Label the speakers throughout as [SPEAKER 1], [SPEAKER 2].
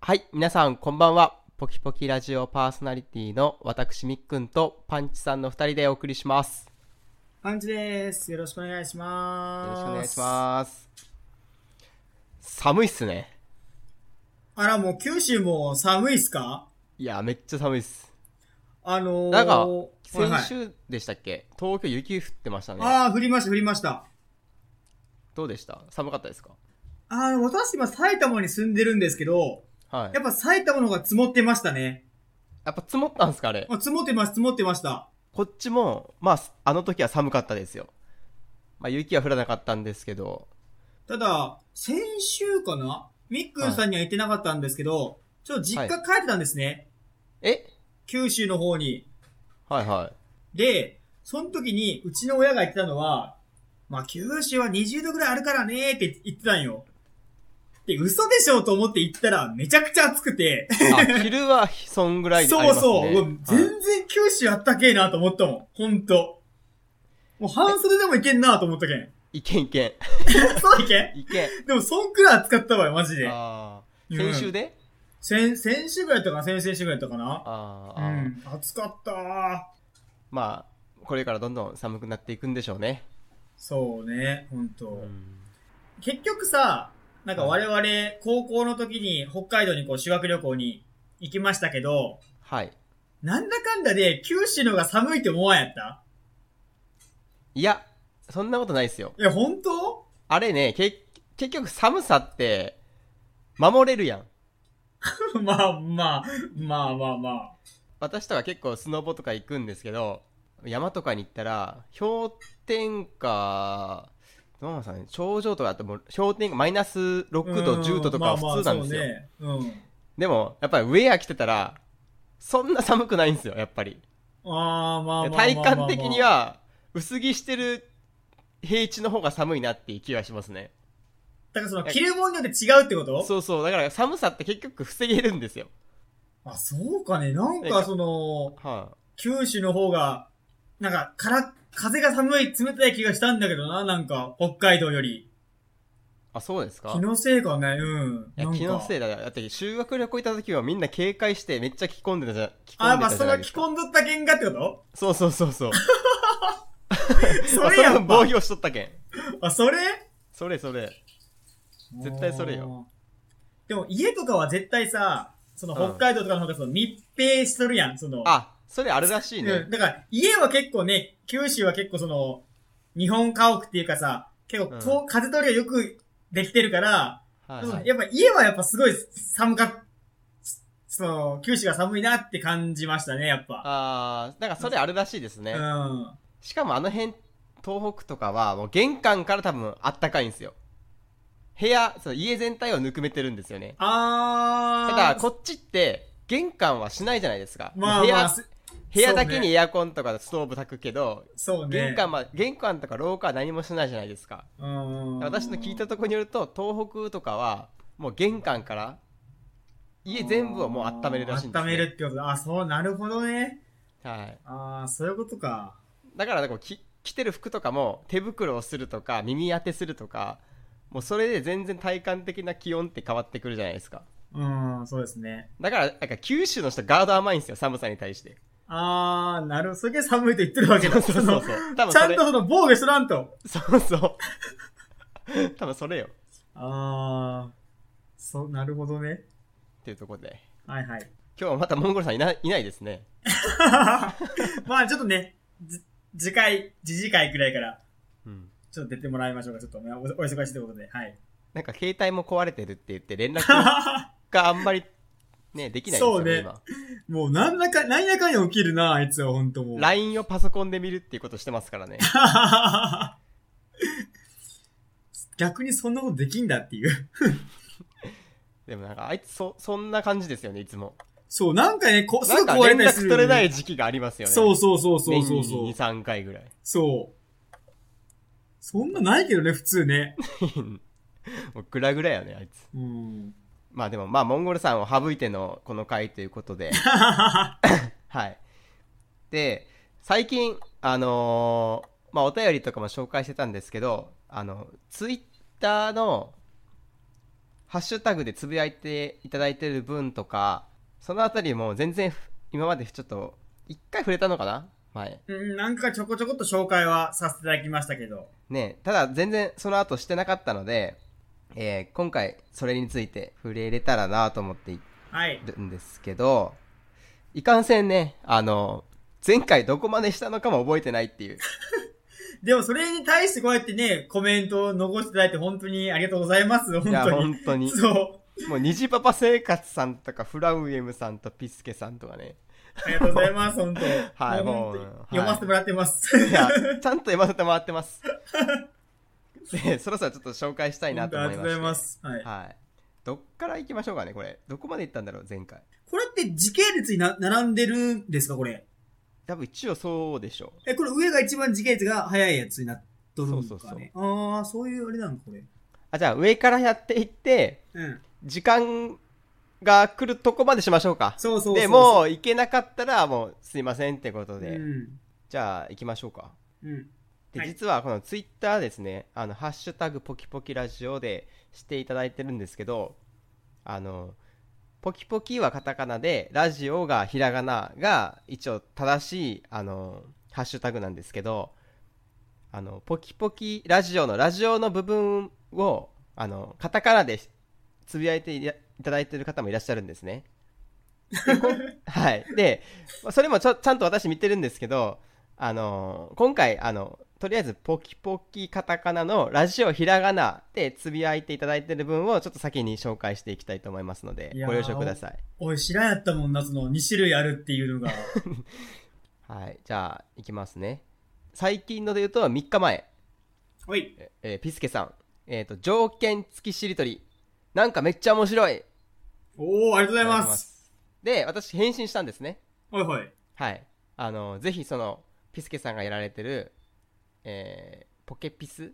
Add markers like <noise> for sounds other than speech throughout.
[SPEAKER 1] はい、皆さんこんばんは。ポキポキラジオパーソナリティの私みっくんとパンチさんの2人でお送りします。
[SPEAKER 2] パンチです。よろしくお願いし
[SPEAKER 1] よろ
[SPEAKER 2] ま
[SPEAKER 1] し
[SPEAKER 2] す。
[SPEAKER 1] くお願いします。寒いっすね。
[SPEAKER 2] あら、もう九州も寒いっすか
[SPEAKER 1] いや、めっちゃ寒いっす。
[SPEAKER 2] あのー、
[SPEAKER 1] なんか
[SPEAKER 2] はいはい
[SPEAKER 1] 先週でしたっけ東京雪降ってましたね。
[SPEAKER 2] ああ、降りました、降りました。
[SPEAKER 1] どうでした寒かったですか
[SPEAKER 2] あー私今埼玉に住んでるんですけど、
[SPEAKER 1] はい。
[SPEAKER 2] やっぱ埼玉の方が積もってましたね。
[SPEAKER 1] やっぱ積もったんすかあれ。
[SPEAKER 2] あ積もってます、積もってました。
[SPEAKER 1] こっちも、まあ、あの時は寒かったですよ。まあ、雪は降らなかったんですけど、
[SPEAKER 2] ただ、先週かなみっくんさんには行ってなかったんですけど、ちょっと実家帰ってたんですね。
[SPEAKER 1] え
[SPEAKER 2] 九州の方に。
[SPEAKER 1] はいはい。
[SPEAKER 2] で、その時に、うちの親が言ってたのは、まあ、九州は20度ぐらいあるからねーって言ってたんよ。で、嘘でしょと思って行ったら、めちゃくちゃ暑くて、
[SPEAKER 1] あ、昼は、そんぐらいであり
[SPEAKER 2] そ
[SPEAKER 1] ますね。
[SPEAKER 2] うそう、もう全
[SPEAKER 1] はい
[SPEAKER 2] 然九州あったけえなと思ったもん。ほんと。もう半袖でもいけんなと思ったけん。
[SPEAKER 1] いけんいけ
[SPEAKER 2] そういけ
[SPEAKER 1] ん。いけ
[SPEAKER 2] んでも、そんくらい暑かったわよ、マジ
[SPEAKER 1] ん。
[SPEAKER 2] で。
[SPEAKER 1] あ
[SPEAKER 2] う
[SPEAKER 1] ー
[SPEAKER 2] ん
[SPEAKER 1] 先週で、
[SPEAKER 2] 先、先週ぐらいだったかな先々週ぐらいだったかな
[SPEAKER 1] あ
[SPEAKER 2] う
[SPEAKER 1] ーあー、
[SPEAKER 2] ん。暑かったー。
[SPEAKER 1] まあ、これからどんどん寒くなっていくんでしょうね。
[SPEAKER 2] そうね、ほんと。
[SPEAKER 1] うん
[SPEAKER 2] 結局さ、なんか我々、高校の時に北海道にこう修学旅行に行きましたけど、
[SPEAKER 1] はい。
[SPEAKER 2] なんだかんだで九州の方が寒いって思わんやった
[SPEAKER 1] いや、そんなことないですよ。
[SPEAKER 2] え、本当 <laughs>
[SPEAKER 1] あれね、け、結局寒さって、守れるやん。
[SPEAKER 2] まあまあ、まあまあまあ。
[SPEAKER 1] 私とか結構スノボとか行くんですけど山とかに行ったら氷点下どうなんですかね頂上とかだともう氷点下マイナス6度
[SPEAKER 2] うん
[SPEAKER 1] 10度とかは普通なんですよ、
[SPEAKER 2] まあまあそうね。
[SPEAKER 1] でもやっぱりウェア着てたらそんな寒くないんですよやっぱり
[SPEAKER 2] うん。ああ、まあまあまあまあまあ。
[SPEAKER 1] 体感的に。は薄着してる平地の方が寒いなっていう気はしますね
[SPEAKER 2] だからその、着るものによって違うってこと
[SPEAKER 1] そうそうだから寒さって結局防げるんですよ
[SPEAKER 2] あ、そうかね。なん
[SPEAKER 1] なんか
[SPEAKER 2] かその、
[SPEAKER 1] は
[SPEAKER 2] 九州の方が、なんか、から、風が寒い、冷たい気がしたんだけどな、なんか、北海道より。
[SPEAKER 1] あ、あそうですか
[SPEAKER 2] 気のせいかね、うん。
[SPEAKER 1] いや気のせ
[SPEAKER 2] い。
[SPEAKER 1] いだよだって修学旅行行った時はみんな警戒してめっちゃ着込んでたじゃん着込
[SPEAKER 2] あー、
[SPEAKER 1] ん
[SPEAKER 2] ま
[SPEAKER 1] で
[SPEAKER 2] あ、
[SPEAKER 1] たじ
[SPEAKER 2] そ
[SPEAKER 1] ゃ
[SPEAKER 2] れ
[SPEAKER 1] な
[SPEAKER 2] はい
[SPEAKER 1] です
[SPEAKER 2] 着
[SPEAKER 1] か
[SPEAKER 2] 込んどった喧嘩ってこと
[SPEAKER 1] そうそうそうそう
[SPEAKER 2] <laughs>
[SPEAKER 1] <laughs>
[SPEAKER 2] そ
[SPEAKER 1] あ
[SPEAKER 2] れ
[SPEAKER 1] そ
[SPEAKER 2] や
[SPEAKER 1] の
[SPEAKER 2] っ
[SPEAKER 1] 防
[SPEAKER 2] ぱ。
[SPEAKER 1] 御しとったけん
[SPEAKER 2] あ、それ
[SPEAKER 1] それそれ絶対それよ。
[SPEAKER 2] でも、家とかは絶対さ、その
[SPEAKER 1] うん
[SPEAKER 2] 北海道とかの方がその密閉しとるやん、その。
[SPEAKER 1] あそれあれらし
[SPEAKER 2] う
[SPEAKER 1] い
[SPEAKER 2] ん、
[SPEAKER 1] ね
[SPEAKER 2] だから、家は結構ね、九州は結構その、日本家屋っていうかさ、結構こう、風通りがよくできてるから、
[SPEAKER 1] はいはい
[SPEAKER 2] やっぱ家はやっぱすごい寒かっ、その、九州が寒いなって感じましたね、やっぱ。
[SPEAKER 1] あーなんかそれあるらしいです
[SPEAKER 2] う
[SPEAKER 1] ね
[SPEAKER 2] ん。
[SPEAKER 1] しかもあの辺東北とかはもう玄関から多分あったかいんですよ部屋その家全体をぬくめてるんですよね
[SPEAKER 2] あ
[SPEAKER 1] た
[SPEAKER 2] ー。
[SPEAKER 1] だこっちって玄関はしないじゃないですか、
[SPEAKER 2] まあ
[SPEAKER 1] 部
[SPEAKER 2] ま
[SPEAKER 1] 屋
[SPEAKER 2] あ、す
[SPEAKER 1] 部屋だけ
[SPEAKER 2] そうね
[SPEAKER 1] にエアコンとかストーブ炊くけど、
[SPEAKER 2] そうね。
[SPEAKER 1] 玄関ま玄関とか廊下は何もしないじゃないですか
[SPEAKER 2] うん。
[SPEAKER 1] 私の聞いたところによると東北とかはもう玄関から家全部をもう温めるらしいんです、ね、
[SPEAKER 2] 温めるってことだ。あ、そう、なるほどね。
[SPEAKER 1] はい、
[SPEAKER 2] あー、そういうことか。
[SPEAKER 1] だからなんかき着てる服とかも手袋をするとか耳当てするとかもうそれで全然体感的な気温って変わってくるじゃないですか
[SPEAKER 2] うん、そうですね。
[SPEAKER 1] だからなんか九州の人ガード甘いんですよ寒さに対して
[SPEAKER 2] あー、なるそれで寒いと言ってるわけ
[SPEAKER 1] そ
[SPEAKER 2] だ。
[SPEAKER 1] うそうそうそう <laughs> 多分
[SPEAKER 2] そのちゃ
[SPEAKER 1] そ
[SPEAKER 2] ん
[SPEAKER 1] れ
[SPEAKER 2] とその防御しとらんと。
[SPEAKER 1] そうそう <laughs> 多分それよ
[SPEAKER 2] あー、そう、なるほどね。
[SPEAKER 1] っていうところで
[SPEAKER 2] は
[SPEAKER 1] <laughs>
[SPEAKER 2] いはい。
[SPEAKER 1] 今日はまたモンゴルさんいないいないですね
[SPEAKER 2] まあちょっとね、じ次回、次次回くらいから、
[SPEAKER 1] うん
[SPEAKER 2] ちょっと出てもらいましょうか。ちょっとおおお忙しいということで。
[SPEAKER 1] <laughs>
[SPEAKER 2] はい。
[SPEAKER 1] なんか携帯も壊れてるって言って連絡があんまりね、できないんですよ
[SPEAKER 2] そうね
[SPEAKER 1] ね、今。
[SPEAKER 2] もう、なんだか、なんやかんや起きるな、あいつは、ほんともう。
[SPEAKER 1] LINE をパソコンで見るっていうことしてますからね。
[SPEAKER 2] <laughs> 逆にそんなことできんだっていう。
[SPEAKER 1] でもなんか、あいつそ、そんな感じですよね、いつも。
[SPEAKER 2] そう、なんかね、こす
[SPEAKER 1] な
[SPEAKER 2] ぐ
[SPEAKER 1] んか
[SPEAKER 2] 壊れ
[SPEAKER 1] 連
[SPEAKER 2] たりす
[SPEAKER 1] 絡
[SPEAKER 2] る、
[SPEAKER 1] 取れない時期がありますよね。
[SPEAKER 2] そうそうそうそうそう
[SPEAKER 1] 年
[SPEAKER 2] そ
[SPEAKER 1] に
[SPEAKER 2] う
[SPEAKER 1] 2、。3回ぐらい。
[SPEAKER 2] そう。そんなないけどね、普通ね。
[SPEAKER 1] もうグラグラやね、あいつ。
[SPEAKER 2] うん。
[SPEAKER 1] まあでも、まあ、モンゴルさんを省いてのこの回ということ
[SPEAKER 2] <laughs>
[SPEAKER 1] で。はい。で、最近、あのーまあ、お便りとかも紹介してたんですけど、あの、ツイッターの、ハッシュタグでつぶやいていただいてる分とか、そのあたりも全然、今までちょっと、一回触れたのかな前。
[SPEAKER 2] うん、なんかちょこちょこっと紹介はさせていただきましたけど。
[SPEAKER 1] ね、ただ全然その後してなかったので、えー今回それについて触れれたらなと思ってい
[SPEAKER 2] はい。
[SPEAKER 1] るんですけど、いかんせんね、あの、前回どこまでしたのかも覚えてないっていう。
[SPEAKER 2] でもそれに対してこうやってね、コメントを残していただいて本当にありがとうございます。
[SPEAKER 1] い
[SPEAKER 2] 本
[SPEAKER 1] や、
[SPEAKER 2] 当に。
[SPEAKER 1] 本当に。
[SPEAKER 2] そう。
[SPEAKER 1] もう、虹パパ生活さんとか、フラウエムさんとピスケさんとかね。
[SPEAKER 2] ありがとうございます、本当。
[SPEAKER 1] はい
[SPEAKER 2] も
[SPEAKER 1] も
[SPEAKER 2] う
[SPEAKER 1] う
[SPEAKER 2] 本当に
[SPEAKER 1] はい
[SPEAKER 2] 読ませてもらってます。
[SPEAKER 1] いや、ちゃんと読ませてもらってます。で、そろそろちょっと紹介したいな
[SPEAKER 2] 本
[SPEAKER 1] と
[SPEAKER 2] 当あ
[SPEAKER 1] 思
[SPEAKER 2] り
[SPEAKER 1] い
[SPEAKER 2] がと
[SPEAKER 1] ま
[SPEAKER 2] う
[SPEAKER 1] す、
[SPEAKER 2] ございます。はい。
[SPEAKER 1] はい。どっから行きましょうかね、これ。どこまで行ったんだろう、前回。
[SPEAKER 2] これって時系列にな並んでるんですか、これ。
[SPEAKER 1] 多分一応そうでしょ
[SPEAKER 2] え、これ上が一番時系列が早いやつになっとるんかね。
[SPEAKER 1] そうそうそう
[SPEAKER 2] ああ、そういうあれなの、これ。
[SPEAKER 1] う。あ、じゃあ上からやっていって、
[SPEAKER 2] うん。
[SPEAKER 1] 時間が来るとこまでしましょうか。
[SPEAKER 2] そうそうそう。
[SPEAKER 1] で、もう行けなかったら、もうすいませんってこと
[SPEAKER 2] う
[SPEAKER 1] で。
[SPEAKER 2] ん。
[SPEAKER 1] じゃあ行きましょうか。
[SPEAKER 2] うん。
[SPEAKER 1] で、
[SPEAKER 2] はい
[SPEAKER 1] 実はこのツイッターですね、あの、ハッシュタグポキポキラジオでしていただいてるんですけど、あの、ポキポキはカタカナで、ラジオがひらがなが一応正しい、あの、ハッシュタグなんですけど、あの、ポキポキラジオのラジオの部分を、あの、カタカナでつぶやいていただいてる方もいらっしゃるんですね。で
[SPEAKER 2] <laughs>
[SPEAKER 1] こんはい。で、それもちょちゃんと私見てるんですけど、あのー今回あのとりあえずポキポキカタカナのラジオひらがなでつぶやいていただいてる分をちょっと先に紹介していきたいと思いますので
[SPEAKER 2] いやー
[SPEAKER 1] ご了承ください
[SPEAKER 2] おい、知らんやったもんな、その2種類あるっていうのが。
[SPEAKER 1] はいじゃあいきますね最近ので言うと3日前、
[SPEAKER 2] <laughs> おい。
[SPEAKER 1] ええーピスケさんえっ、と条件付きしりとりなんかめっちゃ面白い
[SPEAKER 2] お
[SPEAKER 1] あり
[SPEAKER 2] ー、ありがとうござい
[SPEAKER 1] がとうござい
[SPEAKER 2] ま。
[SPEAKER 1] ますすで私返信したんですね
[SPEAKER 2] はいはい。
[SPEAKER 1] はいあのーぜひそのピスケさんがやられてる、えーポケピス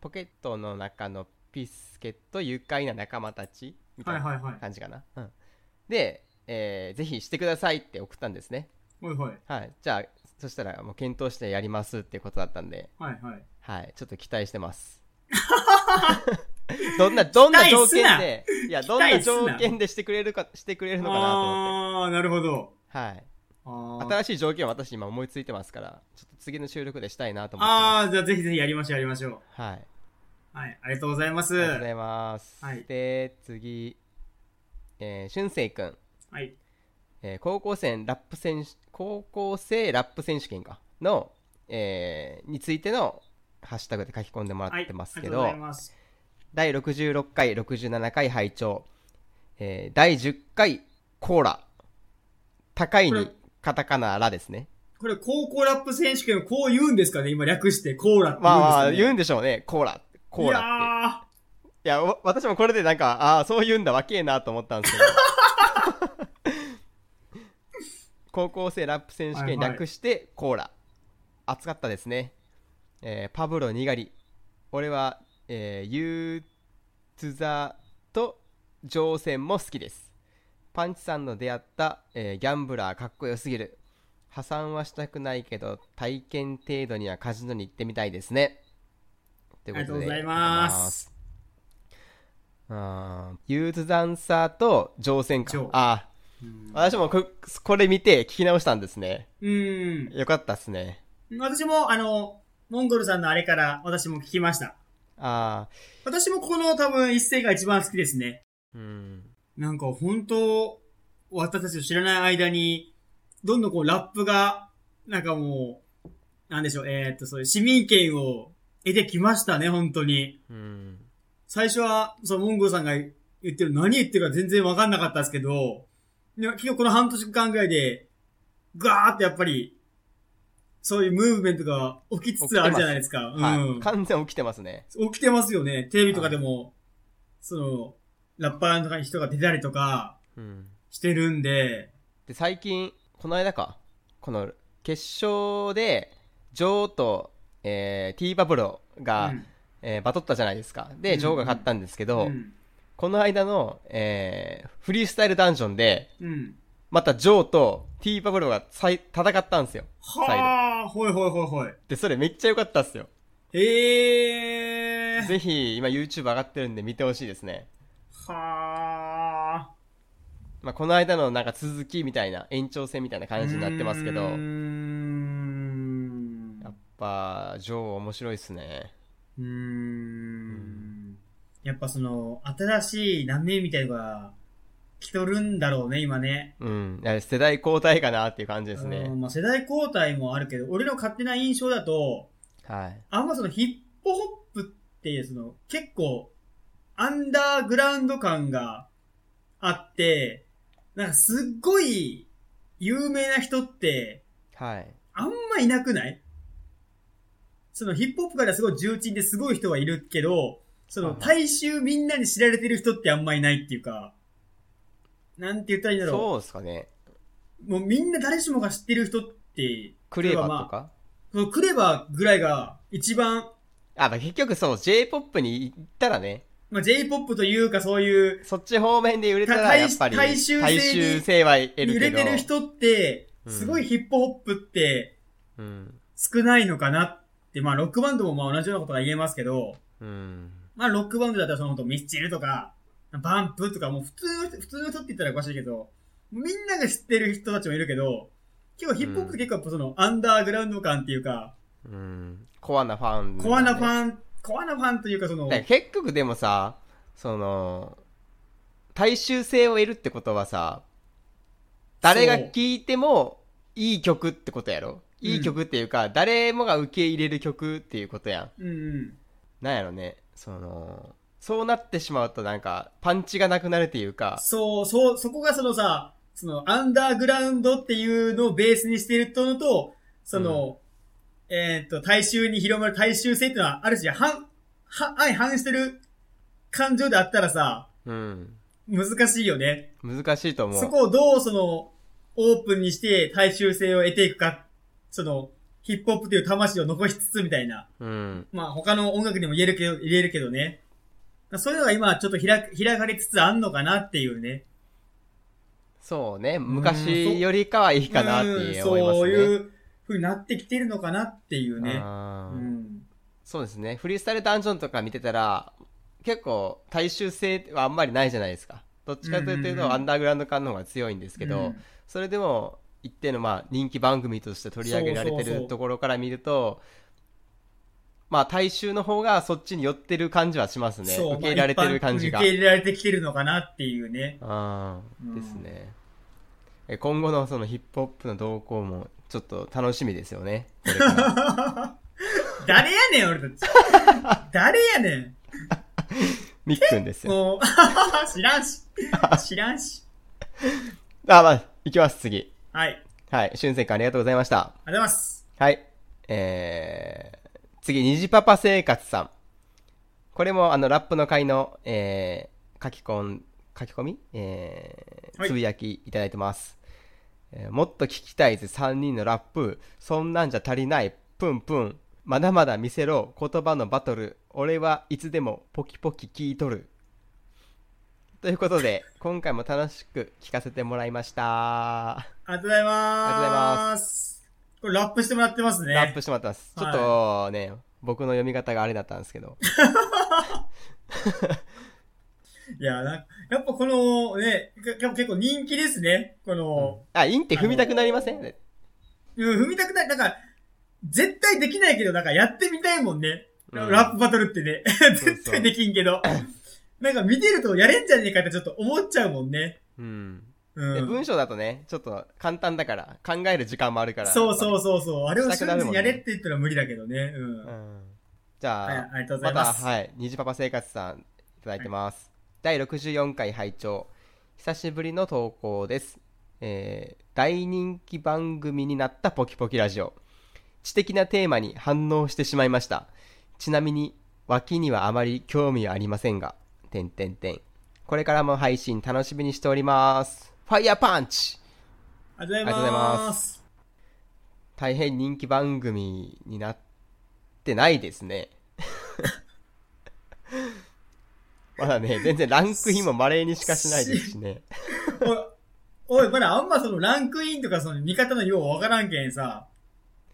[SPEAKER 1] ポケットの中のピスケと愉快な仲間たちみたい
[SPEAKER 2] はい
[SPEAKER 1] な
[SPEAKER 2] はいはい。
[SPEAKER 1] 感じかな、うん、で、えーぜひしてくださいって送ったんですね
[SPEAKER 2] はいはい。
[SPEAKER 1] はいじゃあそしたらもう検討してやりますってことだったんで
[SPEAKER 2] はいはい。
[SPEAKER 1] はいちょっと期待してます <laughs> どんなどんな
[SPEAKER 2] 期
[SPEAKER 1] 条
[SPEAKER 2] 待すな
[SPEAKER 1] 件でいや
[SPEAKER 2] 期
[SPEAKER 1] どんな
[SPEAKER 2] 待すな
[SPEAKER 1] 条件でしてくれるかしてくれるのかなと思って
[SPEAKER 2] あー、なるほど。
[SPEAKER 1] はい
[SPEAKER 2] あー
[SPEAKER 1] 新しい条件は私今思いついてますからちょっと次の収録でしたいなと思ってます
[SPEAKER 2] あー、じゃあぜひぜひやりましょう、やりましょう。
[SPEAKER 1] はい
[SPEAKER 2] はい、ありがとうございます。
[SPEAKER 1] ありがとうござ
[SPEAKER 2] はい
[SPEAKER 1] ます、
[SPEAKER 2] はい
[SPEAKER 1] で次えー、俊生くん
[SPEAKER 2] い。
[SPEAKER 1] えー高校生ラップ選手高校生ラップ選手権かの、えーについてのハッシュタグで書き込んでも
[SPEAKER 2] は
[SPEAKER 1] ら
[SPEAKER 2] い
[SPEAKER 1] ってます
[SPEAKER 2] あり
[SPEAKER 1] け
[SPEAKER 2] がと
[SPEAKER 1] ど、
[SPEAKER 2] うございます。
[SPEAKER 1] 第66回67回拝聴、えー第10回コーラ高い
[SPEAKER 2] こ
[SPEAKER 1] に
[SPEAKER 2] れ
[SPEAKER 1] カタカナラですね
[SPEAKER 2] これ、高校ラップ選手権をこう言うんですかね今略して、コーラって言うんですか、ね
[SPEAKER 1] まあ言
[SPEAKER 2] う
[SPEAKER 1] うんでしょうねコーラコーラって
[SPEAKER 2] ラっ
[SPEAKER 1] いやわ私もこれでなんかああーそう言うんだわけえなと思ったんです
[SPEAKER 2] <laughs>
[SPEAKER 1] けど高校生ラップ選手権
[SPEAKER 2] はいはい
[SPEAKER 1] 略してコーラ、暑かったですね、えーパブロにがり俺は、えーユーツザと乗船も好きですパンチさんの出会った、えーギャンブラーかっこよすぎる破産はしたくないけど体験程度にはカジノに行ってみたいですねとい
[SPEAKER 2] ありがとうござい
[SPEAKER 1] ありがとう
[SPEAKER 2] ま
[SPEAKER 1] ございます
[SPEAKER 2] す。
[SPEAKER 1] あーユーズダンサーと乗船か
[SPEAKER 2] 乗。
[SPEAKER 1] あ
[SPEAKER 2] う
[SPEAKER 1] ー
[SPEAKER 2] ん
[SPEAKER 1] 私もここれ見て聞き直したんですね。
[SPEAKER 2] うん。
[SPEAKER 1] よかったっすね。
[SPEAKER 2] 私も、あの、モンゴルさんのあれから私も聞きました。
[SPEAKER 1] あ
[SPEAKER 2] 私もこの多分一世が一番好きですね。
[SPEAKER 1] ーうん。
[SPEAKER 2] なんか本当、私たちの知らない間に、どんどんこうラップが、なんかもう、なんでしょう、えーっと、そういう市民権を得てきましたね、本当に。
[SPEAKER 1] うん。
[SPEAKER 2] 最初は、そのモンゴーさんが言ってる何言ってるか全然わかんなかったんですけど、で結局この半年間ぐらいで、ガーってやっぱり、そういうムーブメントが起きつつあるじゃないですか。
[SPEAKER 1] はい。
[SPEAKER 2] う
[SPEAKER 1] 完全起きてますね。
[SPEAKER 2] ん。起きてますよね。テレビとかでも、その、ラッパーの中に人が出たりとか
[SPEAKER 1] うん。
[SPEAKER 2] してるんで、
[SPEAKER 1] で、最近、この間か。この、決勝で、ジョーと、えー、ティーバブロが、
[SPEAKER 2] うん
[SPEAKER 1] えーバトったじゃないですか。
[SPEAKER 2] うんう
[SPEAKER 1] で、
[SPEAKER 2] ん
[SPEAKER 1] ジョーが勝ったんですけど、
[SPEAKER 2] うん。
[SPEAKER 1] この間の、えー、フリースタイルダンジョンで、
[SPEAKER 2] うん。
[SPEAKER 1] またジョーとティーバブロがさい戦ったんですよ。
[SPEAKER 2] はあ、ほいほいほいほい。
[SPEAKER 1] で、それめっちゃ良かったっすよ。
[SPEAKER 2] へえー。
[SPEAKER 1] ぜひ、今 YouTube 上がってるんで見てほしいですね。
[SPEAKER 2] はあ。
[SPEAKER 1] まあ、この間のなんか続きみたいな延長戦みたいな感じになってますけ
[SPEAKER 2] う
[SPEAKER 1] ど
[SPEAKER 2] ーん。
[SPEAKER 1] やっぱ女王面白いっすね
[SPEAKER 2] うーん。やっぱその、新しい波みたいのが来とるんだろうね、今ね。
[SPEAKER 1] うんいや世代交代かなっていう感じです
[SPEAKER 2] う
[SPEAKER 1] ね
[SPEAKER 2] んまあ世代交代もあるけど、俺の勝手な印象だと、
[SPEAKER 1] はい
[SPEAKER 2] あんまそのヒップホップっていうその、結構、アンダーグラウンド感があって、なんかすっごい有名な人って、
[SPEAKER 1] はい
[SPEAKER 2] あんまいなくないそのヒップホップからすごい重鎮ですごい人はいるけど、その
[SPEAKER 1] はいはい
[SPEAKER 2] 大衆みんなに知られてる人ってあんまいないっていうか、なんて言ったらいいんだろ
[SPEAKER 1] そうっすかね
[SPEAKER 2] う。もうみんな誰しもが知ってる人って、
[SPEAKER 1] クレーバ
[SPEAKER 2] まあ
[SPEAKER 1] ーとか
[SPEAKER 2] そのクレバーぐらいが一番、
[SPEAKER 1] あ、まあ、結局そう J−POP に行ったらね
[SPEAKER 2] まあ、J-POP というかそういう
[SPEAKER 1] そっち方面で売れたらやっぱり
[SPEAKER 2] 大衆性に
[SPEAKER 1] 大衆性は得る
[SPEAKER 2] 揺
[SPEAKER 1] け
[SPEAKER 2] れ
[SPEAKER 1] ど
[SPEAKER 2] てる人って、
[SPEAKER 1] うん
[SPEAKER 2] すごいヒップホップって
[SPEAKER 1] うん
[SPEAKER 2] 少ないのかなって、まあロックバンドもまあ同じようなことが言えますけど、
[SPEAKER 1] うん
[SPEAKER 2] まあ、ロックバンドだったらそのほんとミスチルとか、バンプとか、もう普通の人、普通の人って言ったらおかしいけど、みんなが知ってる人たちもいるけど、結構ヒップホップって結構やっぱそのアンダーグラウンド感っていうか、
[SPEAKER 1] うんコアなファン、
[SPEAKER 2] コアなフ
[SPEAKER 1] ン
[SPEAKER 2] ァン、コアなファンというかその、
[SPEAKER 1] 結局でもさその大衆性を得るってことはさ誰が聴いてもいい曲ってことやろ
[SPEAKER 2] うん
[SPEAKER 1] いい曲っていうか、誰もが受け入れる曲っていうことや
[SPEAKER 2] うんうん。
[SPEAKER 1] んなんやろねそのそうなってしまうとなんかパンチがなくなるっていうか
[SPEAKER 2] そう、そう、そこがそのさ、そのアンダーグラウンドっていうのをベースにしてるとのと、その、えーっと、大衆に広まる大衆性っていうのは、ある種反、反、相反してる感情であったらさ、
[SPEAKER 1] うん
[SPEAKER 2] 難しいよね。
[SPEAKER 1] 難しいと思う
[SPEAKER 2] そこをどうその、オープンにして大衆性を得ていくか、その、ヒップホップという魂を残しつつみたいな。
[SPEAKER 1] うん
[SPEAKER 2] まあ他の音楽にも言えるけど、言えるけどね。そういうのが今ちょっと開く、開かれつつあんのかなっていうね。
[SPEAKER 1] そうね
[SPEAKER 2] うんそう
[SPEAKER 1] 昔よりかはいいかなって思いますね
[SPEAKER 2] そういう風になってきてるのかなっていうね。う
[SPEAKER 1] あー
[SPEAKER 2] ん。
[SPEAKER 1] そうですね。フリースタイルダンジョンとか見てたら、結構大衆性はあんまりないじゃないですか。どっちかという
[SPEAKER 2] うんうんうん
[SPEAKER 1] と、アンダーグラウンド感の方が強いんですけど、
[SPEAKER 2] うん
[SPEAKER 1] それでも、一定のまあ人気番組として取り上げられて
[SPEAKER 2] そうそうそ
[SPEAKER 1] る
[SPEAKER 2] う
[SPEAKER 1] ところから見ると、まあ大衆の方がそっちに寄ってる感じはしますね。
[SPEAKER 2] そう
[SPEAKER 1] 受け入れられてる感じが。
[SPEAKER 2] まあ一般受け入れられてきてるのかなっていう
[SPEAKER 1] <laughs>
[SPEAKER 2] ね。
[SPEAKER 1] あ
[SPEAKER 2] う
[SPEAKER 1] あ、
[SPEAKER 2] ん
[SPEAKER 1] ですね。え今後のそのヒップホップの動向もちょっと楽しみですよね。これから
[SPEAKER 2] <laughs> 誰やねん、俺たち。誰や
[SPEAKER 1] <laughs>
[SPEAKER 2] ねん。
[SPEAKER 1] みっくんですよ。
[SPEAKER 2] もう、 <laughs> 知らんし。知らんし。
[SPEAKER 1] あ、まあ、いきます、次。
[SPEAKER 2] はい。ありがと
[SPEAKER 1] はい、俊介くんありがとうございました。
[SPEAKER 2] うございます。
[SPEAKER 1] はい。えー、次、虹パパ生活さん。これも、あの、ラップの会の、えー、書き込ん、書き込みえー
[SPEAKER 2] はい
[SPEAKER 1] つぶやきいただいてます。えーもっと聞きたいぜ、3人のラップ。そんなんじゃ足りない。プンプン。まだまだ見せろ。言葉のバトル。俺はいつでもポキポキ聞いとる。ということで、今回も楽しく聞かせてもらいました。
[SPEAKER 2] ありがとうございます。
[SPEAKER 1] ありがとうござい
[SPEAKER 2] ます。これラップしてもらってますね。
[SPEAKER 1] ラップしてもらったんです。ちょっとね、僕の読み方があれだったんですけど。
[SPEAKER 2] いや、なんやっぱこのね、か結構人気ですね。この、
[SPEAKER 1] あ、インって踏みたくなりません
[SPEAKER 2] うん、踏みたくない。なんか、絶対できないけど、なんかやってみたいもんね。
[SPEAKER 1] うん
[SPEAKER 2] ラップバトルってね。 <laughs> 絶対できんけど。なんか見てるとやれんじゃねえかってちょっと思っちゃうもんね。
[SPEAKER 1] うん。
[SPEAKER 2] う
[SPEAKER 1] で
[SPEAKER 2] ん。
[SPEAKER 1] 文章だとね、ちょっと簡単だから、考える時間もあるから。。
[SPEAKER 2] そうそううそうそう。あれを
[SPEAKER 1] したくな
[SPEAKER 2] 瞬
[SPEAKER 1] る
[SPEAKER 2] 時
[SPEAKER 1] もん
[SPEAKER 2] に
[SPEAKER 1] ね
[SPEAKER 2] やれって言ったら無理だけどね。うん。
[SPEAKER 1] う
[SPEAKER 2] はい、
[SPEAKER 1] ん。じゃあ、
[SPEAKER 2] ありがとうござ
[SPEAKER 1] ま
[SPEAKER 2] いま
[SPEAKER 1] た、
[SPEAKER 2] す。
[SPEAKER 1] はい、虹パパ生活さんいただいてます。第64回拝聴久しぶりの投稿です。えー大人気番組になったポキポキラジオ。知的なテーマに反応してしまいました。ちなみに、脇にはあまり興味はありませんが、てんてんてん。これからも配信楽しみにしております。ファイヤーパンチ
[SPEAKER 2] ありがと
[SPEAKER 1] あり
[SPEAKER 2] うご
[SPEAKER 1] がとうござ
[SPEAKER 2] ざ
[SPEAKER 1] い
[SPEAKER 2] い
[SPEAKER 1] ま
[SPEAKER 2] ます。
[SPEAKER 1] 大変人気番組になってないですね。 <laughs> まだね、全然ランクインも稀にしかしないです
[SPEAKER 2] <laughs>
[SPEAKER 1] しね。
[SPEAKER 2] おい、まだあんまそのランクインとかその見方のようわからんけんさ、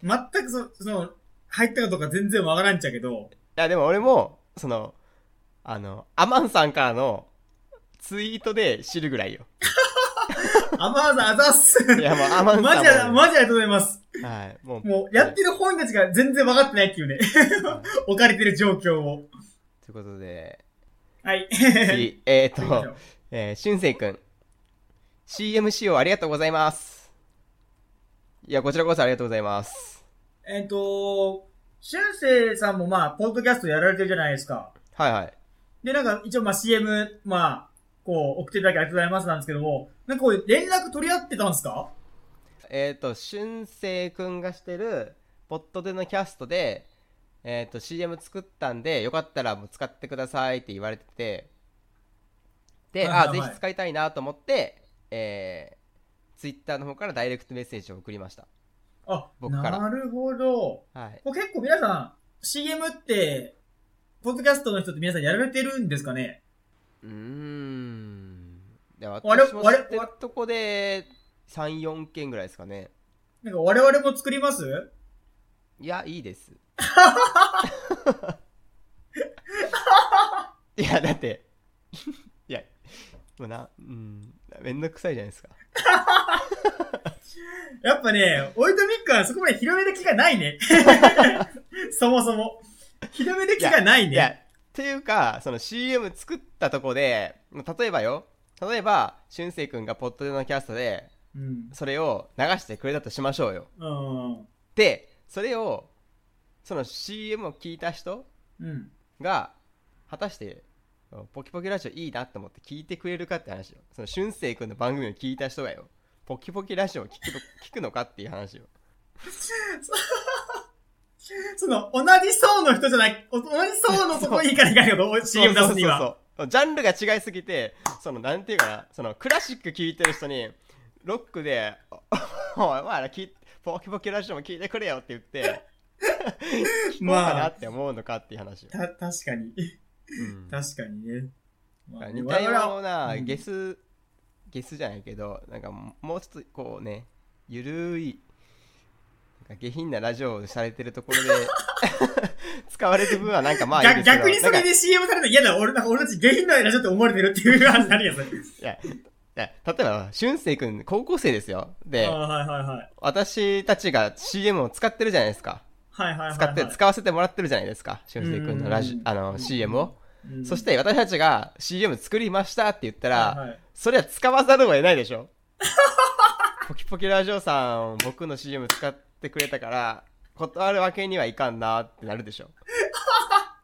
[SPEAKER 2] 全くそその、入ったかとか全然わからんっちゃけど、
[SPEAKER 1] いや、でも俺も、その、あの、アマンさんからの、ツイートで知るぐらいよ。
[SPEAKER 2] アマーザあざっす。
[SPEAKER 1] いや、もう、アマン
[SPEAKER 2] マ
[SPEAKER 1] さん
[SPEAKER 2] ジあ、
[SPEAKER 1] もね、
[SPEAKER 2] マジありがとうございます。
[SPEAKER 1] はい、もう、
[SPEAKER 2] もう、やってる本人たちが全然分かってないっていうね。
[SPEAKER 1] はい
[SPEAKER 2] 置かれてる状況を。
[SPEAKER 1] ということで、
[SPEAKER 2] はい。
[SPEAKER 1] 次、えっ、
[SPEAKER 2] 行きまし
[SPEAKER 1] と
[SPEAKER 2] ょう、
[SPEAKER 1] えー、しゅんせいくん。CM 使用ありがとうございます。いや、こちらこそありがとうございます。
[SPEAKER 2] <laughs> えっ、と、しゅんせいさんもまあ、ポッドキャストやられてるじゃないですか。
[SPEAKER 1] はいはい。
[SPEAKER 2] で、なんか、一応まあ CM、まあ、こう、送っていただきありがとうございますなんですけども、なんかこう、連絡取り合ってたんですか
[SPEAKER 1] えっ、と、しゅんせいくんがしてる、ポットでのキャストで、えっ、と、CM 作ったんで、よかったらもう使ってくださいって言われてて、で、
[SPEAKER 2] はいはい
[SPEAKER 1] あ、
[SPEAKER 2] はい
[SPEAKER 1] ぜひ使いたいなと思って、えー、ツイッターの方からダイレクトメッセージを送りました。
[SPEAKER 2] あ、
[SPEAKER 1] 僕から
[SPEAKER 2] なるほど。
[SPEAKER 1] はい。
[SPEAKER 2] これ結構皆さん、CM って、ポッドキャストの人って皆さんやられてるんですかね
[SPEAKER 1] うーん。で
[SPEAKER 2] あれ
[SPEAKER 1] 私も知
[SPEAKER 2] あれ
[SPEAKER 1] ってるとこで、3、4件ぐらいですかね。
[SPEAKER 2] なんか我々も作ります
[SPEAKER 1] いや、いいです。いや、だって、いや、もうな、うん、めんどくさいじゃないですか。
[SPEAKER 2] やっぱね、オイトミックはそこまで広める気がな
[SPEAKER 1] <laughs>
[SPEAKER 2] いね。そもそも。広める気がない
[SPEAKER 1] い
[SPEAKER 2] ね。
[SPEAKER 1] や、っていうか、その CM 作ったとこで、例えばよ、例えば、俊生くんがポッドでのキャストで、
[SPEAKER 2] うん。
[SPEAKER 1] それを流してくれたとしましょうよ。
[SPEAKER 2] うん。
[SPEAKER 1] で、それを、その CM を聞いた人
[SPEAKER 2] うん。
[SPEAKER 1] が果たしてポキポキラジオいいなと思って聞いてくれるかって話よその俊生君の番組を聞いた人がよポキポキラジオを聞くの <laughs> 聞くのかっていう話よ
[SPEAKER 2] その、同じ層の人じゃない、お同じ層のとこに行かないかんけど、CM 出すには。
[SPEAKER 1] そうそうそうそうジャンルが違いすぎてそのなんていうかなそのクラシック聞いてる人にロックで「お <laughs> おいお前ら聞いポキポキラジオも聞いてくれよ」って言って <laughs> 聞こうかなって思うのかっていう話よ、
[SPEAKER 2] た、確かに。
[SPEAKER 1] うん
[SPEAKER 2] 確かにね。まあね
[SPEAKER 1] 似たよう
[SPEAKER 2] 我々は
[SPEAKER 1] な
[SPEAKER 2] うん
[SPEAKER 1] ゲス、ゲスじゃないけどなんかももうちょっとこうねゆるいなんか下品なラジオをされてるとこ
[SPEAKER 2] <laughs>
[SPEAKER 1] ろで使われる分はなんかまあいい
[SPEAKER 2] 逆
[SPEAKER 1] ですけど
[SPEAKER 2] 逆にそ
[SPEAKER 1] なん
[SPEAKER 2] れ
[SPEAKER 1] かい
[SPEAKER 2] で CM されるの嫌だ。俺、なんか俺たち下品なラジオって思われてるっていう話になるやつ。
[SPEAKER 1] やいや例えば俊く君高校生ですよで
[SPEAKER 2] ああ、はいはいはい。
[SPEAKER 1] 私たちが CM を使ってるじゃないですか
[SPEAKER 2] はいはいはいはい。
[SPEAKER 1] 使って使わせてもらってるじゃないですか俊く君のラ
[SPEAKER 2] う
[SPEAKER 1] ジ
[SPEAKER 2] ん
[SPEAKER 1] あの CM を
[SPEAKER 2] うん
[SPEAKER 1] そし、て私たちが CM 作りましたって言ったら、
[SPEAKER 2] はいはい
[SPEAKER 1] そりゃ使わざるを得ないでしょ <laughs> ポキポキラジオさん僕の CM 使ってくれたから断るわけにはいかんなってなるでしょ
[SPEAKER 2] <laughs>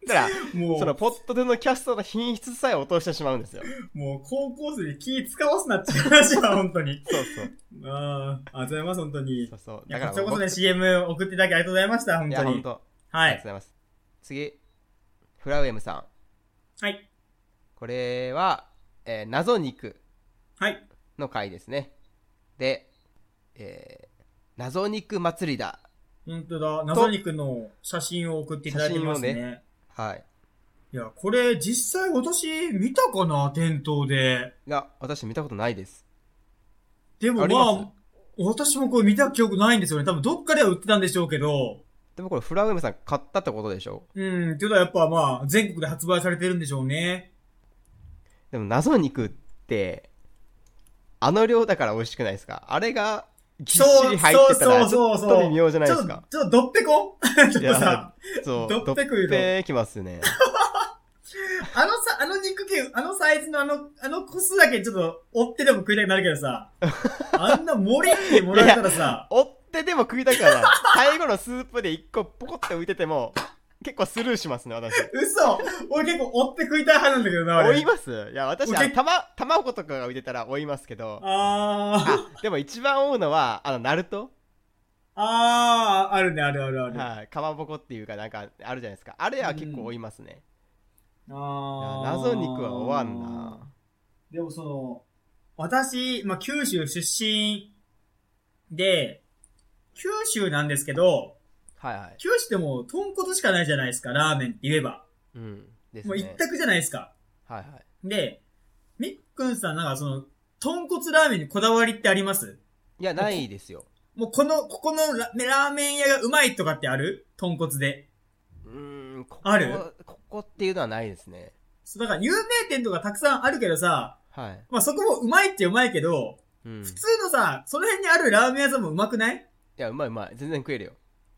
[SPEAKER 1] だから
[SPEAKER 2] も
[SPEAKER 1] その
[SPEAKER 2] う、
[SPEAKER 1] ポッドでのキャストの品質さえ落としてしまうんですよ
[SPEAKER 2] もう高校生で気使わすなっていう話は、本当に。
[SPEAKER 1] そうそう
[SPEAKER 2] ああ、ありがとうございます、本当に。い
[SPEAKER 1] そうそう
[SPEAKER 2] や、
[SPEAKER 1] だから
[SPEAKER 2] こちらこそ
[SPEAKER 1] 僕
[SPEAKER 2] ね、CM 送っていただきありがとうございました、本
[SPEAKER 1] い
[SPEAKER 2] 当
[SPEAKER 1] や本
[SPEAKER 2] に。
[SPEAKER 1] 当あ
[SPEAKER 2] は
[SPEAKER 1] りがとうござ
[SPEAKER 2] い。
[SPEAKER 1] います次フラウエムさん
[SPEAKER 2] はい。
[SPEAKER 1] これは、えー謎肉
[SPEAKER 2] はい。
[SPEAKER 1] の回ですねで、えー謎肉祭りだ
[SPEAKER 2] 本当だ、謎肉の写真を送っていただいてます
[SPEAKER 1] 写真
[SPEAKER 2] ね。
[SPEAKER 1] はい
[SPEAKER 2] いや、これ実際私見たかな店頭で。
[SPEAKER 1] いや私見たことないです
[SPEAKER 2] でも
[SPEAKER 1] あります
[SPEAKER 2] まあ、私もこれ見た記憶ないんですよね。多分どっかでは売ってたんでしょうけど。
[SPEAKER 1] でもこれフラウエムさん買ったってことでしょ
[SPEAKER 2] うん、っていうのはやっぱまあ、全国で発売されてるんでしょうね。
[SPEAKER 1] でも謎肉ってあの量だから美味しくないですかあれがぎっしり入ってたらち
[SPEAKER 2] そ
[SPEAKER 1] ょ
[SPEAKER 2] うそ
[SPEAKER 1] っ
[SPEAKER 2] うそうそう
[SPEAKER 1] と微妙じゃないで
[SPEAKER 2] ちょ
[SPEAKER 1] す
[SPEAKER 2] っと、
[SPEAKER 1] か
[SPEAKER 2] ちょっとどっぺこ <laughs> ちょっと
[SPEAKER 1] いや
[SPEAKER 2] さ、
[SPEAKER 1] そう
[SPEAKER 2] どっぺくよ
[SPEAKER 1] どっぺきますよね
[SPEAKER 2] あのさ、あの肉球、あのサイズのあの、あの個数だけちょっと追ってでも食いたくなるけどさ、あんな盛りってもらえたらさ、
[SPEAKER 1] 追ってでも食いたくはない <laughs> 最後のスープで一個ポコって浮いてても結構スルーしますね私
[SPEAKER 2] 嘘俺結構追って食いたい派なんだけどな、
[SPEAKER 1] 追い
[SPEAKER 2] 俺。
[SPEAKER 1] ますいや私
[SPEAKER 2] 俺
[SPEAKER 1] あのたま卵とかが浮いてたら追いますけど
[SPEAKER 2] あー、
[SPEAKER 1] あでも一番追うのはあのナルト
[SPEAKER 2] あー、あるね、あるあるある。
[SPEAKER 1] はい、かまぼこっていうかなんかあるじゃないですかあれは結構追いますね、いや
[SPEAKER 2] あー。
[SPEAKER 1] 謎肉は終わんな。
[SPEAKER 2] でもその、私、まあ、九州出身で、九州なんですけど、
[SPEAKER 1] はいはい。
[SPEAKER 2] 九州でも豚骨しかないじゃないですか、ラーメンって言えば。
[SPEAKER 1] うん。です
[SPEAKER 2] もう
[SPEAKER 1] ね。
[SPEAKER 2] 一択じゃないですか。
[SPEAKER 1] はいはい。
[SPEAKER 2] で、みっくんさんなんかその、豚骨ラーメンにこだわりってあります
[SPEAKER 1] いや、ないですよ。
[SPEAKER 2] もうこの、ここのララーメン屋がうまいとかってある豚骨で。
[SPEAKER 1] うーん、ここ
[SPEAKER 2] ある
[SPEAKER 1] ここっていうのはないですね。
[SPEAKER 2] そう、だから有名店とかたくさんあるけどさ、
[SPEAKER 1] はい。
[SPEAKER 2] まあそこもうまいっちゃうまいけど、
[SPEAKER 1] うん。い
[SPEAKER 2] 普通のさ、その辺にあるラーメン屋さんもうまくない
[SPEAKER 1] や、うまいうまい。全然食えるよ。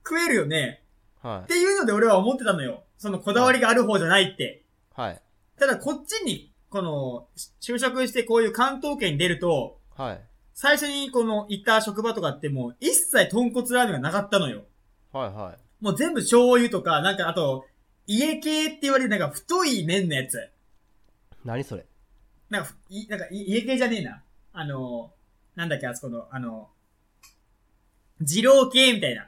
[SPEAKER 2] 食えるよね。
[SPEAKER 1] は
[SPEAKER 2] っていうので俺は思ってたのよ。そのこだわりがある方じゃないって。
[SPEAKER 1] い。はい。
[SPEAKER 2] ただこっちに、この、就職してこういう関東圏に出ると、
[SPEAKER 1] はい。
[SPEAKER 2] 最初にこの行った職場とかってもう一切豚骨ラーメンがなかったのよ。
[SPEAKER 1] はいは
[SPEAKER 2] もう全部醤油とか、なんかあと、家系って言われるなんか太い麺のやつ。
[SPEAKER 1] い。何それ
[SPEAKER 2] なんか、いなんかい家系じゃねえな。あの、なんだっけ、あそこの、あの、二郎系みたいな。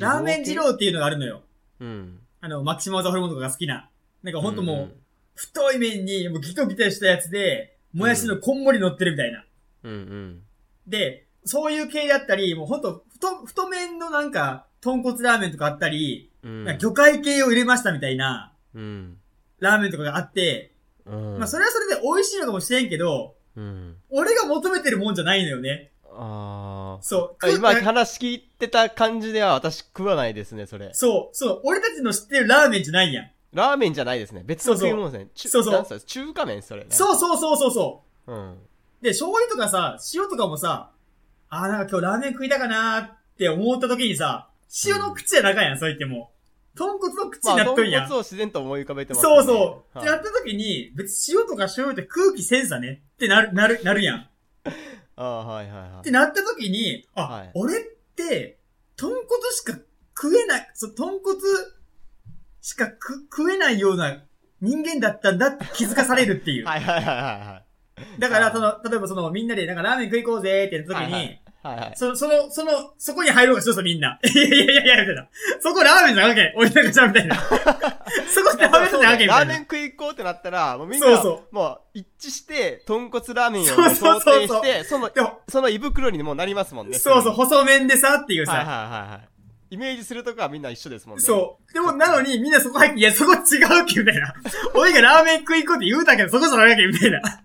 [SPEAKER 2] ラーメン二郎っていうのがあるのよ。
[SPEAKER 1] うん。
[SPEAKER 2] あの、マキシマザホルモンとかが好きな。なんかほんともう、
[SPEAKER 1] うん
[SPEAKER 2] 太い麺に、もうギトギトしたやつで、もやしのこんもり乗ってるみたいな。
[SPEAKER 1] うんうん。
[SPEAKER 2] で、そういう系だったり、もうほんと、太、太麺のなんか、豚骨ラーメンとかあったり、
[SPEAKER 1] うん。
[SPEAKER 2] なんか魚介系を入れましたみたいな、
[SPEAKER 1] うん。
[SPEAKER 2] ラーメンとかがあって、
[SPEAKER 1] うん。
[SPEAKER 2] まあそれはそれで美味しいのかもしれんけど、
[SPEAKER 1] うん。
[SPEAKER 2] 俺が求めてるもんじゃないのよね。
[SPEAKER 1] あ
[SPEAKER 2] そう。
[SPEAKER 1] あ。今
[SPEAKER 2] 食う
[SPEAKER 1] 話聞いてた感じでは私食わないですね、それ。
[SPEAKER 2] そう、そう、俺たちの知ってるラーメンじゃないやん。
[SPEAKER 1] ラーメンじゃないですね。別の食い物ですね。ちゅ
[SPEAKER 2] そうそう
[SPEAKER 1] なんすか中華麺それ。。
[SPEAKER 2] そうそうそうそうそう
[SPEAKER 1] うん。
[SPEAKER 2] う。で、醤油とかさ、塩とかもさ、あーなんか今日ラーメン食いたかなーって思った時にさ、塩の口じゃなかんやん、そう言っても。豚骨の口
[SPEAKER 1] ま
[SPEAKER 2] に
[SPEAKER 1] あ、
[SPEAKER 2] な
[SPEAKER 1] 豚
[SPEAKER 2] っと
[SPEAKER 1] 骨
[SPEAKER 2] んやん。
[SPEAKER 1] を自然と思い浮かべてますね、
[SPEAKER 2] そうそう。っ
[SPEAKER 1] は
[SPEAKER 2] て
[SPEAKER 1] い
[SPEAKER 2] なった時に、別に塩とか醤油って空気センサねってなる、なる、なるやん。っ
[SPEAKER 1] ああ、はいはいは
[SPEAKER 2] てなった時に、あ、
[SPEAKER 1] はい
[SPEAKER 2] 俺って、豚骨しか食えない、そう、豚骨しかく食えないような人間だったんだって気づかされるってい
[SPEAKER 1] い。
[SPEAKER 2] う。
[SPEAKER 1] はいはいはいは
[SPEAKER 2] だから、
[SPEAKER 1] はい
[SPEAKER 2] その、例えばその、みんなで、なんかラーメン食い行こうぜって言った
[SPEAKER 1] い
[SPEAKER 2] 時
[SPEAKER 1] はい。は
[SPEAKER 2] に、
[SPEAKER 1] いはい。はいはい。
[SPEAKER 2] その、その、その、そこに入ろうがしようとみんな。い <laughs> やいやいやいや、みたいな。そこラーメンじゃなきゃ、俺なんかじゃんみたいな。 <laughs> そこラーメンじゃなきゃ、みた
[SPEAKER 1] ラー
[SPEAKER 2] い
[SPEAKER 1] メン
[SPEAKER 2] な。
[SPEAKER 1] 食い行こうってなったら、もうみん
[SPEAKER 2] そう
[SPEAKER 1] な
[SPEAKER 2] そ、
[SPEAKER 1] もう一致して、豚骨ラーメンを
[SPEAKER 2] そうそう
[SPEAKER 1] 想
[SPEAKER 2] そうそう
[SPEAKER 1] 定して、その、 <laughs>
[SPEAKER 2] でも、
[SPEAKER 1] その胃袋にもうなりますもんね。
[SPEAKER 2] そうそう、
[SPEAKER 1] は
[SPEAKER 2] 細麺でさ、っていう
[SPEAKER 1] い
[SPEAKER 2] さ。
[SPEAKER 1] はいはいはい。イメージするとこはみんな一緒ですもんね。
[SPEAKER 2] そう。でも、なのに、みんなそこ入って、いや、そこ違うっけ、みたいな。 <laughs> 俺がラーメン食い行こうって言うたけど、そこじゃないわけ、みたいな。 <laughs>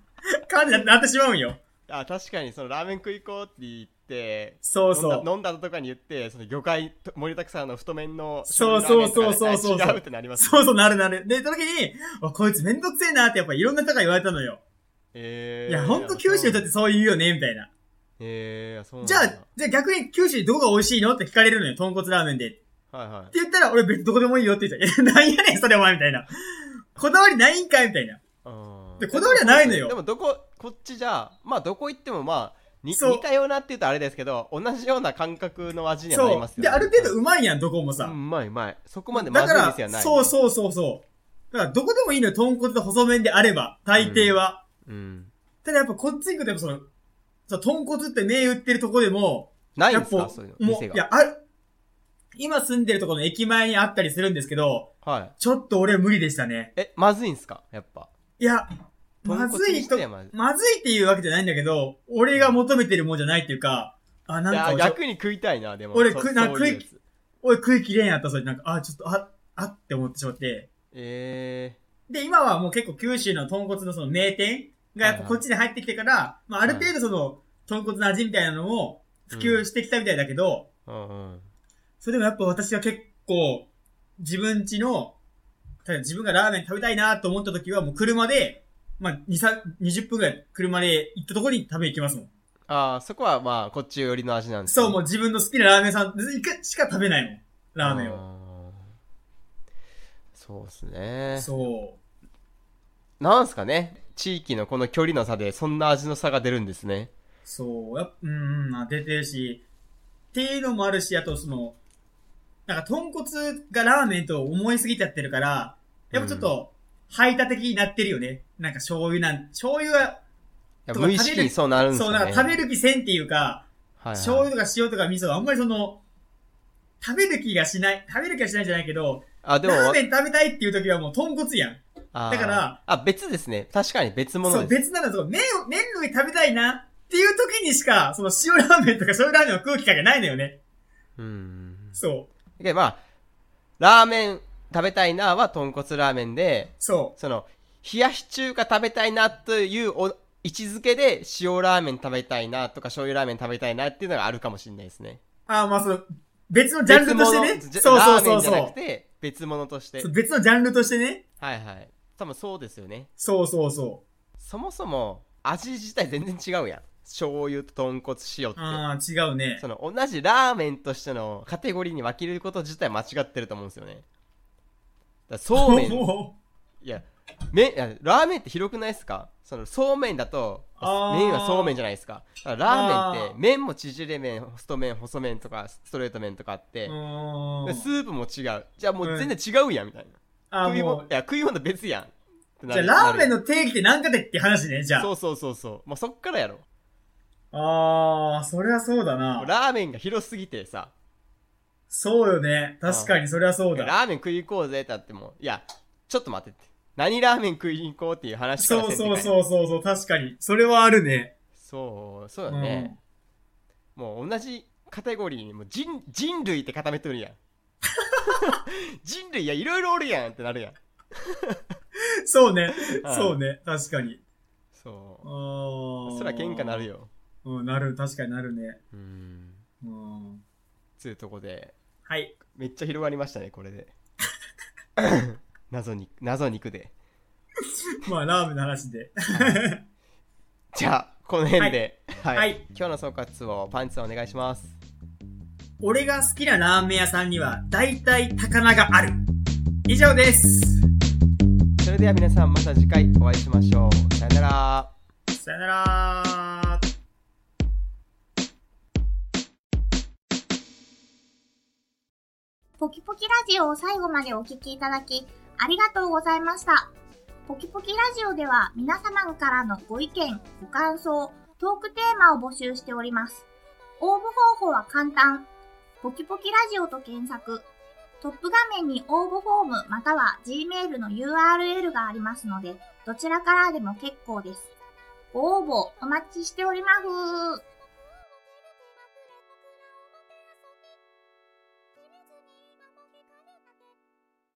[SPEAKER 2] 感じになってしまうんよ。
[SPEAKER 1] あ、確かに、そのラーメン食い行こうって言って、
[SPEAKER 2] そうそう
[SPEAKER 1] 飲んだ飲んだ後とかに言って、その魚介と盛りだくさんの太麺の、
[SPEAKER 2] そうそうそうそうそう
[SPEAKER 1] 醤油ラーメンとかねあ違うってなります。
[SPEAKER 2] そうそう、なるなる。で、その時に、あこいつめんどくせえなって、やっぱいろんな人が言われたのよ。
[SPEAKER 1] え
[SPEAKER 2] い
[SPEAKER 1] ー。
[SPEAKER 2] や、ほんと九州だってそう言うよね、みたいな。
[SPEAKER 1] えー、そうなん
[SPEAKER 2] じ
[SPEAKER 1] だ
[SPEAKER 2] ゃあ、じゃあ逆に九州どこが美味しいのって聞かれるのよ、豚骨ラーメンで。って
[SPEAKER 1] はいはい。
[SPEAKER 2] 言ったら、俺別にどこでもいいよって言ったら、 <laughs> いや、なんやねん、それお前みたいな。こだわりないんかいみたいな。
[SPEAKER 1] うん
[SPEAKER 2] でこだわりはないのよ
[SPEAKER 1] でもどこ、こっちじゃ、まあどこ行ってもまあ、に
[SPEAKER 2] そう
[SPEAKER 1] 似たようなって言うとあれですけど、同じような感覚の味にはなり
[SPEAKER 2] そ
[SPEAKER 1] ます
[SPEAKER 2] う。
[SPEAKER 1] よね。
[SPEAKER 2] で、ある程度うまいやん、どこもさ
[SPEAKER 1] う。んうまいうまい。そこまでま
[SPEAKER 2] だ
[SPEAKER 1] ずい
[SPEAKER 2] か
[SPEAKER 1] 店はな
[SPEAKER 2] ら、
[SPEAKER 1] い。
[SPEAKER 2] そうそうそうそう。だから、どこでもいいのよ、豚骨と細麺であれば、大抵は。
[SPEAKER 1] うん。
[SPEAKER 2] ただやっぱこっち行くと、やっぱその、さ、豚骨って銘打ってるとこでも、
[SPEAKER 1] ない
[SPEAKER 2] や
[SPEAKER 1] ん
[SPEAKER 2] っ
[SPEAKER 1] ですか
[SPEAKER 2] ぱ
[SPEAKER 1] そういう、の
[SPEAKER 2] もう、
[SPEAKER 1] 店
[SPEAKER 2] い
[SPEAKER 1] が。
[SPEAKER 2] や、ある、今住んでるところの駅前にあったりするんですけど、
[SPEAKER 1] はい。
[SPEAKER 2] ちょっと俺無理でしたね。
[SPEAKER 1] え、まずいんすかやっぱ。
[SPEAKER 2] いや、ま
[SPEAKER 1] 豚
[SPEAKER 2] ず
[SPEAKER 1] 骨
[SPEAKER 2] い
[SPEAKER 1] にしては
[SPEAKER 2] 人
[SPEAKER 1] まずい
[SPEAKER 2] まずいっていうわけじゃないんだけど、俺が求めてるもんじゃないっていうか、あ、ないんか
[SPEAKER 1] や、
[SPEAKER 2] 俺、
[SPEAKER 1] 逆に食いたいな、でも。
[SPEAKER 2] 俺
[SPEAKER 1] そ
[SPEAKER 2] 食いなんか
[SPEAKER 1] そううやつ
[SPEAKER 2] 俺食いきれんやった、それ。なんか、あ、ちょっと、あ、あって思ってしまって。
[SPEAKER 1] え
[SPEAKER 2] で、今はもう結構九州の豚骨のその名店がやっ
[SPEAKER 1] はい
[SPEAKER 2] ぱ
[SPEAKER 1] はい
[SPEAKER 2] こっちに入ってきてから、まあある程度その、豚骨の味みたいなのも普及してきたみたいだけど、
[SPEAKER 1] ー。うんうん。
[SPEAKER 2] それでもやっぱ私は結構、自分家の、例えば自分がラーメン食べたいなと思った時はもう車で、まあ、2、3、20分ぐらい車で行ったところに食べ行きますもん。
[SPEAKER 1] ああ、そこはまあ、こっち寄りの味なんですね
[SPEAKER 2] そう、もう自分の好きなラーメンさんしか食べないもん。ラーメンを。
[SPEAKER 1] あーそうですね。
[SPEAKER 2] そ
[SPEAKER 1] なんすかね地域のこの距離の差でそんな味の差が出るんですね。
[SPEAKER 2] う。そう。やっぱうん、うん、出てるし。っていうのもあるし、あとその、なんか豚骨がラーメンと思いすぎちゃってるから、やっぱちょっと、排他的になってるよね。なんか醤油なん、醤油は、
[SPEAKER 1] いや
[SPEAKER 2] とか
[SPEAKER 1] 無意識にそうなるんです
[SPEAKER 2] そう、
[SPEAKER 1] かね。
[SPEAKER 2] なんか食べる気せんっていうか、
[SPEAKER 1] はいはい
[SPEAKER 2] 醤油とか塩とか味噌はあんまりその、食べる気がしない、食べる気がしないじゃないけど、
[SPEAKER 1] あ、でも、
[SPEAKER 2] ラーメン食べたいっていう時はもう豚骨やん。
[SPEAKER 1] あー
[SPEAKER 2] だから、
[SPEAKER 1] あ、別ですね。確かに別物
[SPEAKER 2] そう、
[SPEAKER 1] です。
[SPEAKER 2] 別なの、そう、麺を、麺類食べたいなっていう時にしか、その塩ラーメンとか醤油ラーメンの空気感がないのよね。
[SPEAKER 1] うん。
[SPEAKER 2] そう、
[SPEAKER 1] で、まあ、ラーメン食べたいなは豚骨ラーメンで、
[SPEAKER 2] そ
[SPEAKER 1] その、冷やし中華食べたいなというお位置づけで、塩ラーメン食べたいなとか醤油ラーメン食べたいなっていうのがあるかもしれないですね。
[SPEAKER 2] う。ああ、まあその、別のジャンルとしてね。
[SPEAKER 1] 別物じゃ
[SPEAKER 2] そうそう
[SPEAKER 1] ラー
[SPEAKER 2] そ
[SPEAKER 1] メ
[SPEAKER 2] う
[SPEAKER 1] ンじ
[SPEAKER 2] そ
[SPEAKER 1] ゃなく
[SPEAKER 2] う
[SPEAKER 1] て、別物として
[SPEAKER 2] そう。別のジャンルとしてね。
[SPEAKER 1] はいはい。多分そうですよね。
[SPEAKER 2] そうそうそ
[SPEAKER 1] そもそも味自体全然違うやん醤油と豚骨塩って
[SPEAKER 2] ああ、違うね
[SPEAKER 1] そ。の同じラーメンとしてのカテゴリーに分けること自体間違ってると思うんですよねだからそうめん
[SPEAKER 2] も
[SPEAKER 1] いやめいやラーメンって広くないですかそのそうめんだと
[SPEAKER 2] あー
[SPEAKER 1] 麺はそうめんじゃないですかだからラーメンっ
[SPEAKER 2] あ
[SPEAKER 1] て麺も縮れ麺太麺細麺とかストレート麺とかあって
[SPEAKER 2] う、うー
[SPEAKER 1] で
[SPEAKER 2] ん
[SPEAKER 1] スープも違うじゃあもう全然違うやんみたいな、
[SPEAKER 2] あ
[SPEAKER 1] 食
[SPEAKER 2] ー
[SPEAKER 1] い
[SPEAKER 2] も
[SPEAKER 1] も
[SPEAKER 2] う
[SPEAKER 1] いや食い物別やんってな
[SPEAKER 2] じゃあ
[SPEAKER 1] る
[SPEAKER 2] ラーメン
[SPEAKER 1] なる
[SPEAKER 2] の定義って何かでって話ね、じゃあ。
[SPEAKER 1] そうそうそうそうもうそっからやろ
[SPEAKER 2] ああ、そりゃそうだ
[SPEAKER 1] もう
[SPEAKER 2] な。
[SPEAKER 1] ラーメンが広すぎてさ
[SPEAKER 2] そうよね。確かにそりゃそう
[SPEAKER 1] いや
[SPEAKER 2] だ。
[SPEAKER 1] ラーメン食いに行こうぜってなってもいやちょっと待ってって何ラーメン食いに行こうっていう話から
[SPEAKER 2] そう
[SPEAKER 1] せんとい
[SPEAKER 2] そう
[SPEAKER 1] かん
[SPEAKER 2] そうそうそう、確かに。それはあるね。
[SPEAKER 1] そうそう
[SPEAKER 2] う
[SPEAKER 1] だね、もう同じカテゴリーにもう人人類って固めとるやん
[SPEAKER 2] <laughs>
[SPEAKER 1] 人類いやいろいろおるやんってなるやん
[SPEAKER 2] んそうね。
[SPEAKER 1] はい
[SPEAKER 2] そうね。確かに。
[SPEAKER 1] そう
[SPEAKER 2] そ
[SPEAKER 1] そりゃ喧嘩なる
[SPEAKER 2] よ。
[SPEAKER 1] よ
[SPEAKER 2] うん、なる。確かになるね。
[SPEAKER 1] うん
[SPEAKER 2] うん。
[SPEAKER 1] つうとこで
[SPEAKER 2] はい。
[SPEAKER 1] めっちゃ広がりましたねこれ <laughs> で謎に謎肉 <laughs> で
[SPEAKER 2] まあ、ラーメンの話で。
[SPEAKER 1] じゃあこの辺ではい、
[SPEAKER 2] はい
[SPEAKER 1] 今日の総括をパンツさんお願いします
[SPEAKER 2] 俺が好きなラーメン屋さんには、大体高菜がある。以上です。
[SPEAKER 1] それでは皆さんまた次回お会いしましょうさよなら
[SPEAKER 2] さよなら
[SPEAKER 3] ポキポキラジオを最後までお聞きいただき、ありがとうございました。ポキポキラジオでは皆様からのご意見、ご感想、トークテーマを募集しております。応募方法は簡単。ポキポキラジオと検索。トップ画面に応募フォームまたは Gmail の URL がありますので、どちらからでも結構です。ご応募お待ちしております。